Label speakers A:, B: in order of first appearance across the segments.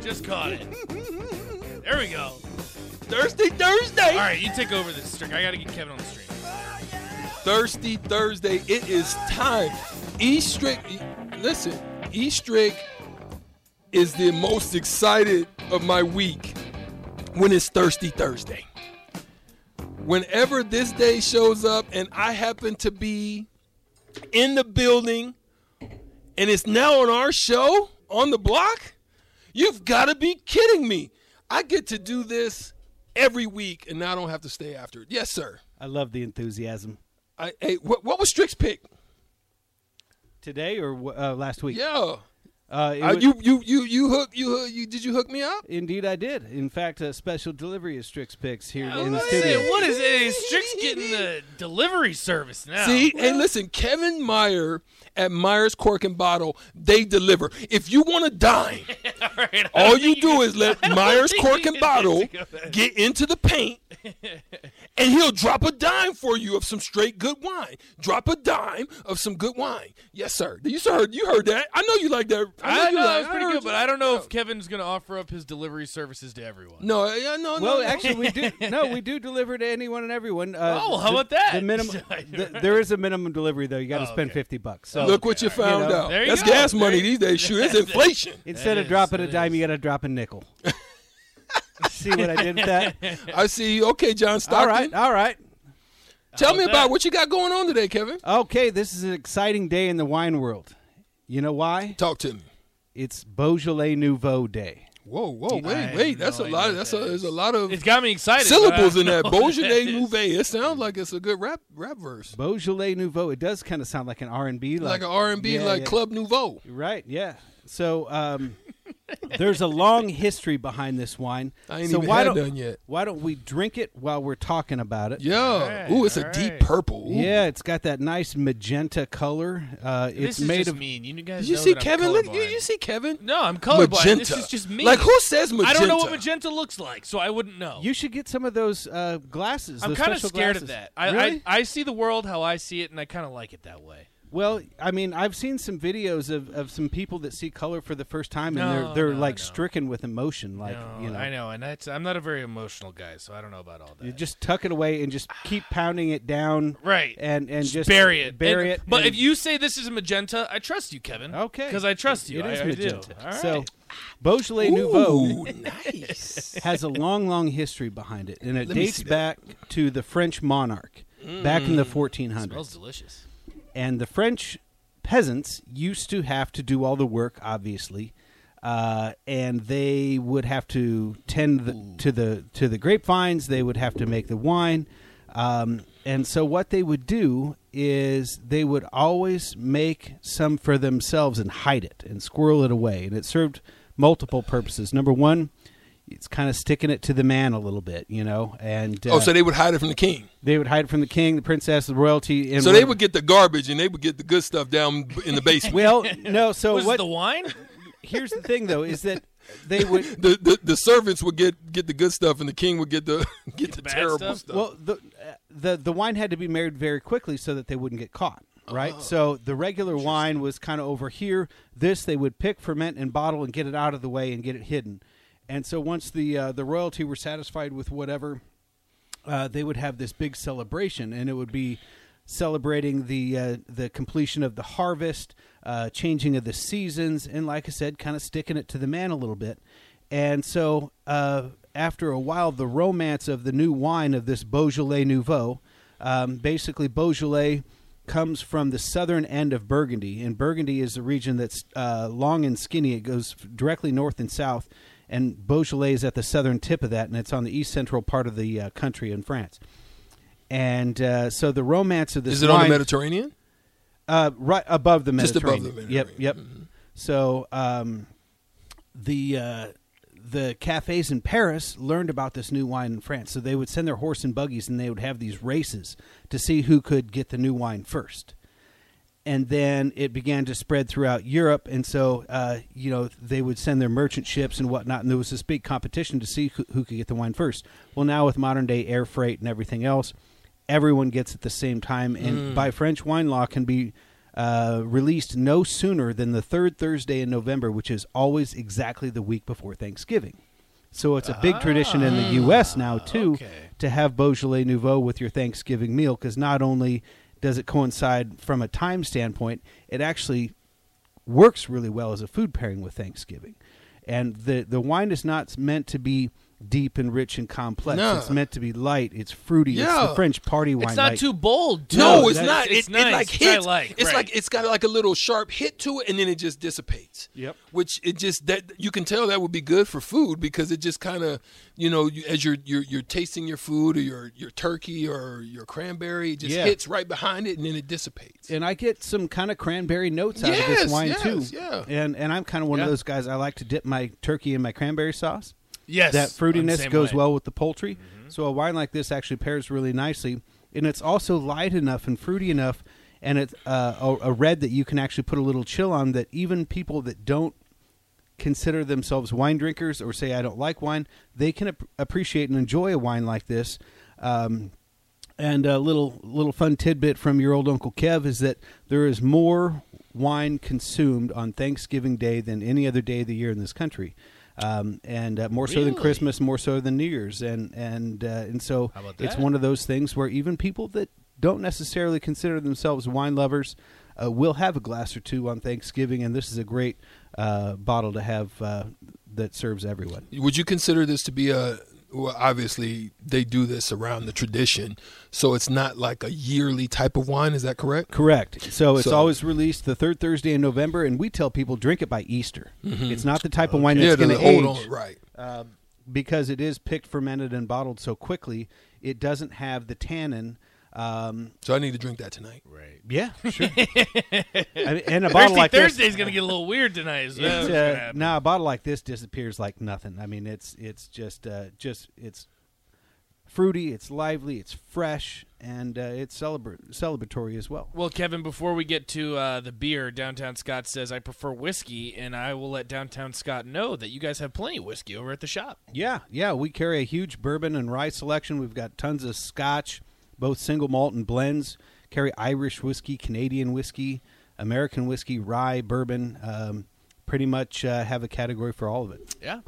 A: Just caught it. There we go.
B: Thirsty Thursday.
A: All right, you take over this string. I got to get Kevin on the stream.
B: Thirsty Thursday. It is time. Eastrick, listen, Eastrick is the most excited of my week when it's Thirsty Thursday. Whenever this day shows up and I happen to be in the building and it's now on our show on the block, you've got to be kidding me. I get to do this every week and I don't have to stay after it. Yes, sir.
C: I love the enthusiasm.
B: I, hey, what, what was Strick's pick?
C: Today or wh- uh, last week?
B: Yeah,
C: Uh, it
B: Uh,
C: wa-
B: you you you you hook you hook you did you hook me up?
C: Indeed, I did. In fact, uh, special delivery is Strix Picks here in the
A: What Oh, is it?
C: studio.
A: What is it? Is Strick's getting the delivery service now?
B: See, hey, listen, Kevin Meyer at Myers Cork and Bottle, they deliver. If you want to dine,
A: all, right, I
B: all
A: don't
B: you
A: think
B: do is let Myers
A: think
B: Cork
A: you
B: and
A: need
B: Bottle
A: to go there.
B: get into the paint, and he'll drop a dime for you of some straight good wine. Drop a dime of some good wine. Yes, sir. You heard you heard that. I know you like that.
A: I
B: you
A: know
B: like-
A: that was pretty
B: heard
A: good, but
B: you.
A: I don't know if Kevin's going to offer up his delivery services to everyone.
B: No, yeah, no, no.
C: Well,
B: no.
C: actually, we do. No, we do deliver to anyone and everyone. Uh,
A: Oh, how
C: the-
A: about that?
C: The minimum. the, there is a minimum delivery though. You got to
A: Oh,
C: spend
A: okay.
C: fifty bucks. So
B: Look what you found
C: know.
B: out.
A: There you
B: That's
A: go.
B: gas
A: There
B: money
A: you-
B: these days. Shoot, it's inflation.
C: instead
A: That
C: of dropping
A: is-
C: a
A: that
C: dime,
A: is.
C: you got to drop a nickel. See what I did with that?
B: I see. you. Okay, John Stockton.
C: All right, all right.
B: Tell me
A: about
B: about
A: that?
B: what you got going on today, Kevin.
C: Okay, this is an exciting day in the wine world. You know why?
B: Talk to me.
C: It's Beaujolais Nouveau Day.
B: Whoa, whoa, wait,
A: I have
B: wait.
A: no
B: That's a
A: idea
B: lot.
A: what
B: That's a.
A: that
B: There's
A: is.
B: a lot of
A: It's got me excited. but I
B: syllables in
A: don't
B: that
A: know what
B: Beaujolais
A: is.
B: Nouveau. It sounds like it's a good rap rap verse,
C: Beaujolais Nouveau. It does kind of sound like an R and B,
B: like an R and B,
C: Yeah,
B: like
C: yeah.
B: Club Nouveau.
C: Right, yeah. So um, there's a long history behind this wine.
B: I ain't
C: so
B: even
C: why
B: had
C: don't,
B: none yet.
C: Why don't we drink it while we're talking about it?
B: Yeah.
A: right,
B: Ooh, it's a
A: all
B: deep
A: right.
B: purple. Ooh.
C: Yeah, it's got that nice magenta color. Uh,
A: This
C: it's
A: is
C: made
A: just
C: of
A: mean. You guys
B: Did you
A: know
B: see
A: that I'm
B: Kevin? Look, did
A: colorblind.
B: you see Kevin?
A: No, I'm colorblind.
B: Magenta.
A: This is just me.
B: Like who says magenta?
A: I don't know what magenta looks like, so I wouldn't know.
C: You should get some of those uh, glasses.
A: I'm
C: those
A: kind of
C: special
A: scared of
C: glasses.
A: that. I,
C: Really?
A: I I see the world how I see it, and I kind of like it that way.
C: well, I mean, I've seen some videos of, of some people that see color for the first time, and
A: No,
C: they're they're
A: no,
C: like
A: no.
C: stricken with emotion. Like
A: No,
C: you know,
A: Oh, I know, and that's I'm not a very emotional guy, so I don't know about all that.
C: you just tuck it away and just keep pounding it down.
A: Right.
C: and and just,
A: bury it,
C: bury
A: And-
C: it.
A: But
C: and-
A: if you say this is a magenta, I trust you, Kevin.
C: Okay.
A: because I trust you.
C: It
A: I-
C: is
A: I do.
C: magenta.
A: All right.
C: So Beaujolais
B: Ooh,
C: Nouveau
B: nice.
C: has a long, long history behind it, and it
B: Let me
C: dates
B: see that.
C: back to the French monarch back in the
A: Mm.
C: 1400s.
A: smells delicious.
C: and the French peasants used to have to do all the work, obviously, uh, and they would have to tend the, to the to the grapevines. They would have to make the wine, um, and so what they would do is they would always make some for themselves and hide it and squirrel it away, and it served multiple purposes. Number one. It's kind of sticking it to the man a little bit, you know, and uh,
B: Oh, so they would hide it from the king.
C: they would hide it from the king, the princess, the royalty, and
B: So they
C: whatever.
B: would get the garbage and they would get the good stuff down in the basement.
C: Well, no. So
A: Was
C: what?
A: it the wine?
C: here's the thing, though, is that they would.
B: the, the the servants would get get the good stuff and the king would get the get, the,
A: bad
B: terrible
A: stuff?
B: stuff.
C: Well, the, uh, the the wine had to be married very quickly so that they wouldn't get caught. Right. So the regular wine was kind of over here. This they would pick, ferment, and bottle, and get it out of the way and get it hidden. And so once the uh, the royalty were satisfied with whatever uh, they would have this big celebration, and it would be celebrating the uh, the completion of the harvest, uh, changing of the seasons, and like I said, kind of sticking it to the man a little bit. And so, uh, after a while, the romance of the new wine of this Beaujolais Nouveau, um, basically Beaujolais comes from the southern end of Burgundy, and Burgundy is a region that's uh, long and skinny. It goes f- directly north and south, and Beaujolais is at the southern tip of that, and it's on the east central part of the uh, country in France. And uh, so the romance of this
B: Is it on
C: wine,
B: the Mediterranean?
C: uh, right above the
B: Just above
C: Mediterranean.
B: the Mediterranean. Mm-hmm.
C: Yep, yep. So um, the uh, the cafes in Paris learned about this new wine in France. So they would send their horse and buggies, and they would have these races to see who could get the new wine first. And then it began to spread throughout Europe, and so uh, you know they would send their merchant ships and whatnot, and there was this big competition to see who, who could get the wine first. Well, now with modern day air freight and everything else, everyone gets at the same time, and by French wine law can be uh, released no sooner than the third Thursday in November, which is always exactly the week before Thanksgiving. So it's a big tradition in the U.S. now too to have Beaujolais Nouveau with your Thanksgiving meal because not only does it coincide from a time standpoint, it actually works really well as a food pairing with Thanksgiving. And the the wine is not meant to be deep and rich and complex.
B: No.
C: It's meant to be light. It's fruity. It's
B: Yeah.
C: the French party wine.
A: It's not
C: like-
A: too bold. Too.
B: No, it's
C: that-
B: not.
A: It's,
B: It's, it,
A: nice.
B: it like
A: It's what I
B: hits.
A: like.
B: it's
A: right.
B: like it's got like a little sharp hit to it, and then it just dissipates.
C: Yep.
B: Which it just that you can tell that would be good for food because it just kind of you know you, as you're you're you're tasting your food or your your turkey or your cranberry, it just
C: Yeah.
B: hits right behind it and then it dissipates.
C: and I get some kind of cranberry notes out of
B: Yes,
C: this wine
B: yes,
C: too.
B: yeah.
C: And and I'm kind of one
A: Yeah.
C: of those guys. I like to dip my turkey in my cranberry sauce.
A: yes,
C: that fruitiness
A: same way.
C: goes
A: Mm-hmm.
C: well with the poultry. So a wine like this actually pairs really nicely, and it's also light enough and fruity enough, and it's uh, a, a red that you can actually put a little chill on. That even people that don't consider themselves wine drinkers or say I don't like wine, they can ap- appreciate and enjoy a wine like this. Um, and a little little fun tidbit from your old Uncle Kev is that there is more wine consumed on Thanksgiving Day than any other day of the year in this country, um, and uh, more so than
A: Really?
C: Christmas, more so than New Year's, and and uh, and so
A: How about
C: it's
A: that?
C: one of those things where even people that don't necessarily consider themselves wine lovers uh, will have a glass or two on Thanksgiving, and this is a great uh, bottle to have uh, that serves everyone.
B: Would you consider this to be a well, obviously they do this around the tradition, so it's not like a yearly type of wine. Is that correct?
C: Correct. So it's
B: So-
C: always released the third Thursday in November, and we tell people drink it by Easter. It's not the type of wine
B: Mm-hmm. yeah,
C: that's going
B: to
C: to
B: hold
C: age
B: on, right?
C: because it is picked, fermented, and bottled so quickly. It doesn't have the tannin. Um,
B: So I need to drink that tonight.
C: yeah, sure. I mean, and a bottle
A: Thirsty
C: like
A: Thursday's
C: this,
A: gonna get a little weird tonight. Is what's
C: it's,
A: gonna
C: uh,
A: happen.
C: nah, a bottle like this disappears like nothing. I mean, it's it's just uh, just it's fruity, it's lively, it's fresh, and uh, it's celebra- celebratory as well.
A: Well, Kevin, before we get to uh, the beer, Downtown Scott says I prefer whiskey, and I will let Downtown Scott know that you guys have plenty of whiskey over at the shop.
C: Yeah, yeah, we carry a huge bourbon and rye selection. We've got tons of Scotch, both single malt and blends. Carry Irish whiskey, Canadian whiskey, American whiskey, rye, bourbon. Um, pretty much uh, have a category for all of it.
A: Yeah,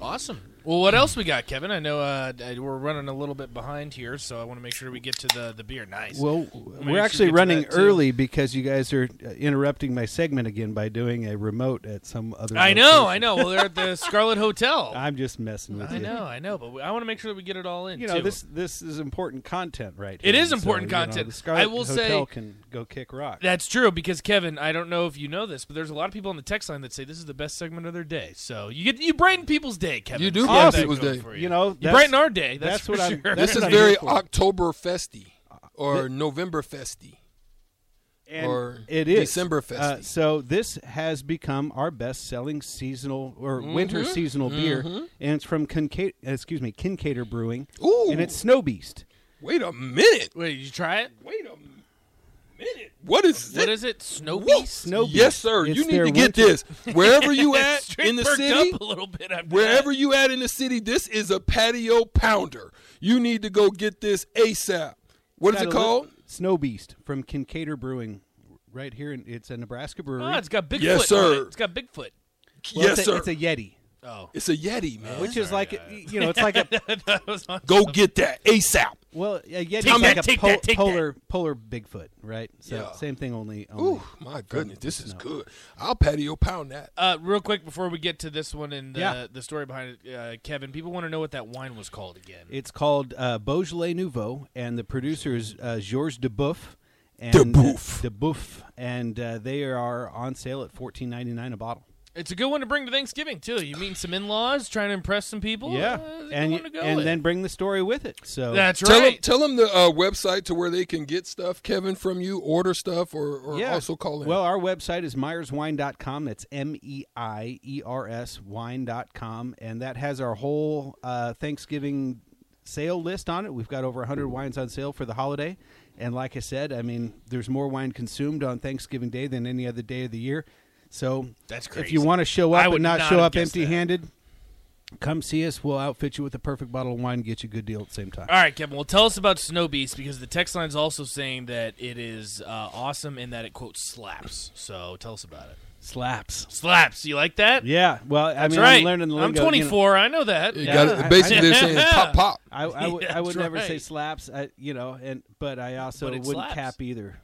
A: awesome. Well, what else we got, Kevin? I know uh, I- we're running a little bit behind here, so I want to make sure we get to the the beer. Nice.
C: Well,
A: sure
C: we're actually
A: we get to
C: running
A: that, too.
C: early because you guys are uh, interrupting my segment again by doing a remote at some other.
A: I know, I
C: location.
A: know. Well, they're at the Scarlet Hotel. I,
C: I'm just messing with you.
A: know, I know, but we, I want to make sure that we get it all in.
C: You know
A: too.
C: this. This is important content, right?
A: It
C: here.
A: is important
C: you know,
A: content.
C: the Scarlet
A: I will say-
C: Hotel can go kick rock.
A: That's true because Kevin, I don't know if you know this, but there's a lot of people on the text line that say this is the best segment of their day. So you get you brighten people's day, Kevin.
B: You do
A: So
B: brighten
A: that
B: people's
A: going
B: day.
A: for
C: you. know,
A: you
C: that's-
A: brighten our day. That's,
C: that's
A: for
C: what I'm-
A: sure.
C: that's
B: This is
C: what I'm here
B: very
C: for.
B: October festy or November festy.
C: and
B: or
C: it is
B: December
C: Uh,
B: festive.
C: so this has become our best-selling seasonal or
A: Mm-hmm.
C: winter seasonal beer, and it's from Kincaid, excuse me, Kincaider Brewing,
B: Ooh.
C: uh, and it's Snow Beast.
B: Wait a minute.
A: Wait, did you try it?
B: Wait a minute. What is
A: What
B: that?
A: is it? Snow
B: Whoa.
A: Beast?
C: Snow Beast.
B: Yes, sir.
C: It's
B: you need
C: their
B: to get
C: winter-
B: this. Wherever you
A: That
B: at
A: straight
B: in the
A: perked
B: city,
A: up a little bit after
B: wherever
A: that.
B: you at in the city, this is a patio pounder. You need to go get this ASAP. What is
C: Got
B: it
C: a
B: called?
C: li- Snow Beast from Kincaider Brewing, right here. In, it's a Nebraska brewery.
A: Oh, it's got Bigfoot.
B: Yes,
A: on
B: sir.
A: it. It's got Bigfoot.
C: Well,
B: yes,
C: it's a,
B: sir.
C: It's a Yeti,
A: Oh,
B: It's a Yeti, man.
C: which is like you know, it's like a
A: that was on.
B: go get that ASAP.
C: well, a Yeti's
A: Take
C: like
A: that,
C: a
A: take that, take that.
C: polar polar Bigfoot, right? So
B: Yeah.
C: same thing, only. only
B: Ooh, my goodness, this is good. I'll patio pound that.
A: Uh, real quick before we get to this one and the,
C: Yeah.
A: the story behind it, uh, Kevin, people want to know what that wine was called again.
C: It's called uh, Beaujolais Nouveau, and the producer is uh, Georges Deboeuf. And,
B: Deboeuf.
C: uh, Deboeuf, and uh, they are on sale at fourteen ninety nine a bottle.
A: It's a good one to bring to Thanksgiving too. You meeting some in-laws, trying to impress some people.
C: yeah,
A: Uh, it's a good
C: and
A: one
C: y-
A: to go
C: and
A: with.
C: then bring the story with it. So
A: that's
B: Tell them,
A: right.
B: tell them the uh, website to where they can get stuff, Kevin, from you, order stuff, or, or
C: yeah.
B: also call in.
C: Well, our website is myerswine.com. That's M E I E R S wine.com. And that has our whole uh, Thanksgiving sale list on it. We've got over 100 wines on sale for the holiday. And like I said, I mean, there's more wine consumed on Thanksgiving Day than any other day of the year. So
A: That's
C: if
A: crazy.
C: you want to show
A: I
C: up
A: would
C: and not,
A: not
C: show
A: have
C: up
A: guessed that.
C: empty handed, come see us. We'll outfit you with a perfect bottle of wine, get you a good deal at the same time.
A: All right, Kevin. Well, tell us about Snow Beast because the text line's also saying that it is uh, awesome and that it quote slaps. So tell us about it.
C: Slaps.
A: Slaps. You like that?
C: Yeah. Well, I
A: That's
C: mean,
A: right.
C: I'm learning the lingo.
A: I'm
C: you know.
A: 24. I know that.
B: you
A: Yeah.
B: got
C: I-
B: it. Basically,
C: I-
B: they're saying pop, pop.
C: I, I would, I
A: That's
C: would never say
A: right.
C: slaps, I, you know, and but I also
A: But it
C: wouldn't
A: slaps.
C: cap either.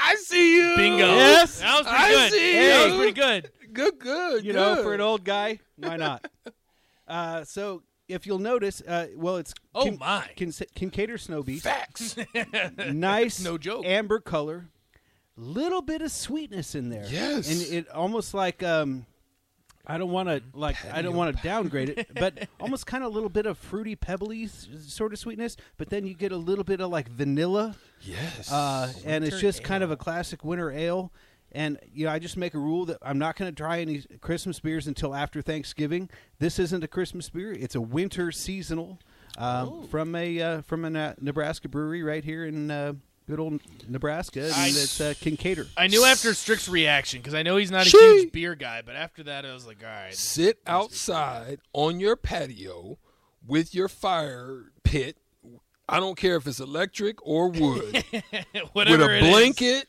B: I see you.
A: Bingo.
C: Yes.
A: That was pretty
B: I
A: good.
B: see
A: That
B: you.
A: was pretty good.
B: Good, good.
C: You know,
B: good.
C: for an old guy, why not? uh, so if you'll notice, uh, well, it's
A: Oh, my.
C: Kin- Kincaidor Snow Beast,
B: facts.
C: nice,
A: No joke.
C: amber color, little bit of sweetness in there.
B: Yes.
C: and it almost like um, I don't want to like I don't want to downgrade it, but almost kind of a little bit of fruity, pebbly s- sort of sweetness. But then you get a little bit of like vanilla.
B: yes.
C: uh, and it's just kind of a classic winter ale. And you know, I just make a rule that I'm not going to try any Christmas beers until after Thanksgiving. This isn't a Christmas beer; it's a winter seasonal um, from a uh, from a Na- Nebraska brewery right here in uh, good old Nebraska. And
A: I-
C: it's uh, Kincaidor.
A: I knew after Strick's reaction because I know he's not a
B: She-
A: huge beer guy, but after that I was like, all right.
B: Sit outside on your patio with your fire pit. I don't care if it's electric or wood. with
A: Whatever
B: a
A: it is.
B: blanket,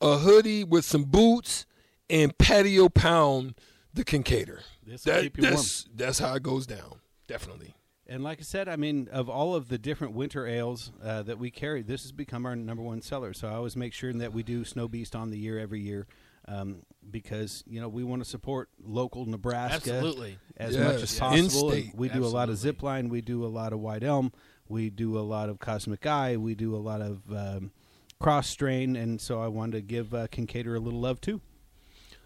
B: a hoodie with some boots, and patio pound the Kincaidor.
C: This'll keep you
B: that's, that's how it goes down. Definitely.
C: And like I said, I mean, of all of the different winter ales uh, that we carry, this has become our number one seller. So I always make sure that we do Snow Beast on the year every year um, because, you know, we want to support local Nebraska
A: Absolutely.
C: as
B: Yes,
C: much as
B: yeah.
C: possible.
B: In-state,
C: we do a lot of Zipline. We do a lot of White Elm. We do a lot of Cosmic Eye. We do a lot of um, Cross Strain. And so I wanted to give uh, Kincaidor a little love, too.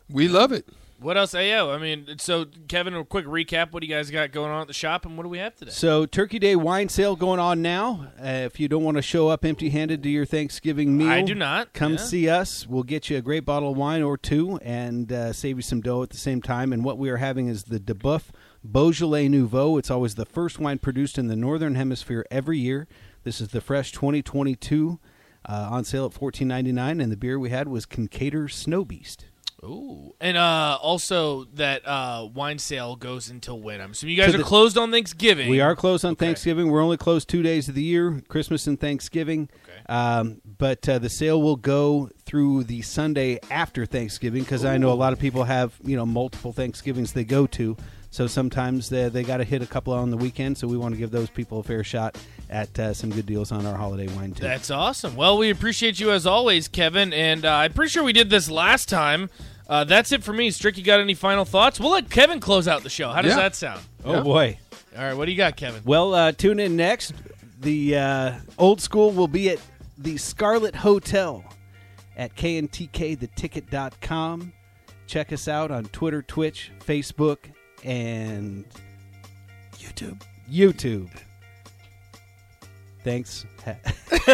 B: We love it.
A: What else? Yeah, I mean, so Kevin, a quick recap. What do you guys got going on at the shop, and what do we have today?
C: So Turkey Day wine sale going on now. Uh, if you don't want to show up empty-handed to your Thanksgiving meal,
A: I do not,
C: Come
A: yeah.
C: see us. We'll get you a great bottle of wine or two and uh, save you some dough at the same time. And what we are having is the DeBuff Beaujolais Nouveau. It's always the first wine produced in the Northern Hemisphere every year. This is the fresh 2022 uh, on sale at 14.99, and the beer we had was Kincaidor Snow Beast.
A: Ooh, and uh, also that uh, wine sale goes until when? I'm assuming you guys
C: To
A: are
C: the-
A: closed on Thanksgiving.
C: We are closed on Thanksgiving. We're only closed two days of the year, Christmas and Thanksgiving.
A: Okay.
C: Um, but uh, the sale will go through the Sunday after Thanksgiving because I know a lot of people have you know multiple Thanksgivings they go to. So sometimes they, they got to hit a couple on the weekend. So we want to give those people a fair shot at uh, some good deals on our holiday wine too.
A: That's awesome. Well, we appreciate you as always, Kevin, and uh, I'm pretty sure we did this last time. Uh, that's it for me. Strick, you got any final thoughts? We'll let Kevin close out the show. How does
B: Yeah.
A: that sound?
C: oh boy.
A: All right, what do you got, Kevin?
C: Well, uh, tune in next. The uh, old school will be at the Scarlet Hotel at kntktheticket.com. Check us out on Twitter, Twitch, Facebook, and YouTube. YouTube. Thanks.
B: Thanks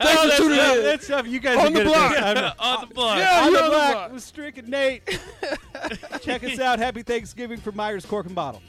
C: Oh,
B: for tuning in.
C: stuff you guys
B: On the block.
A: on the block.
B: uh, Yeah,
C: On
B: you're
C: the
B: on the
C: block
B: block.
C: with Strick and Nate. Check us out. Happy Thanksgiving from Myers Cork and Bottle.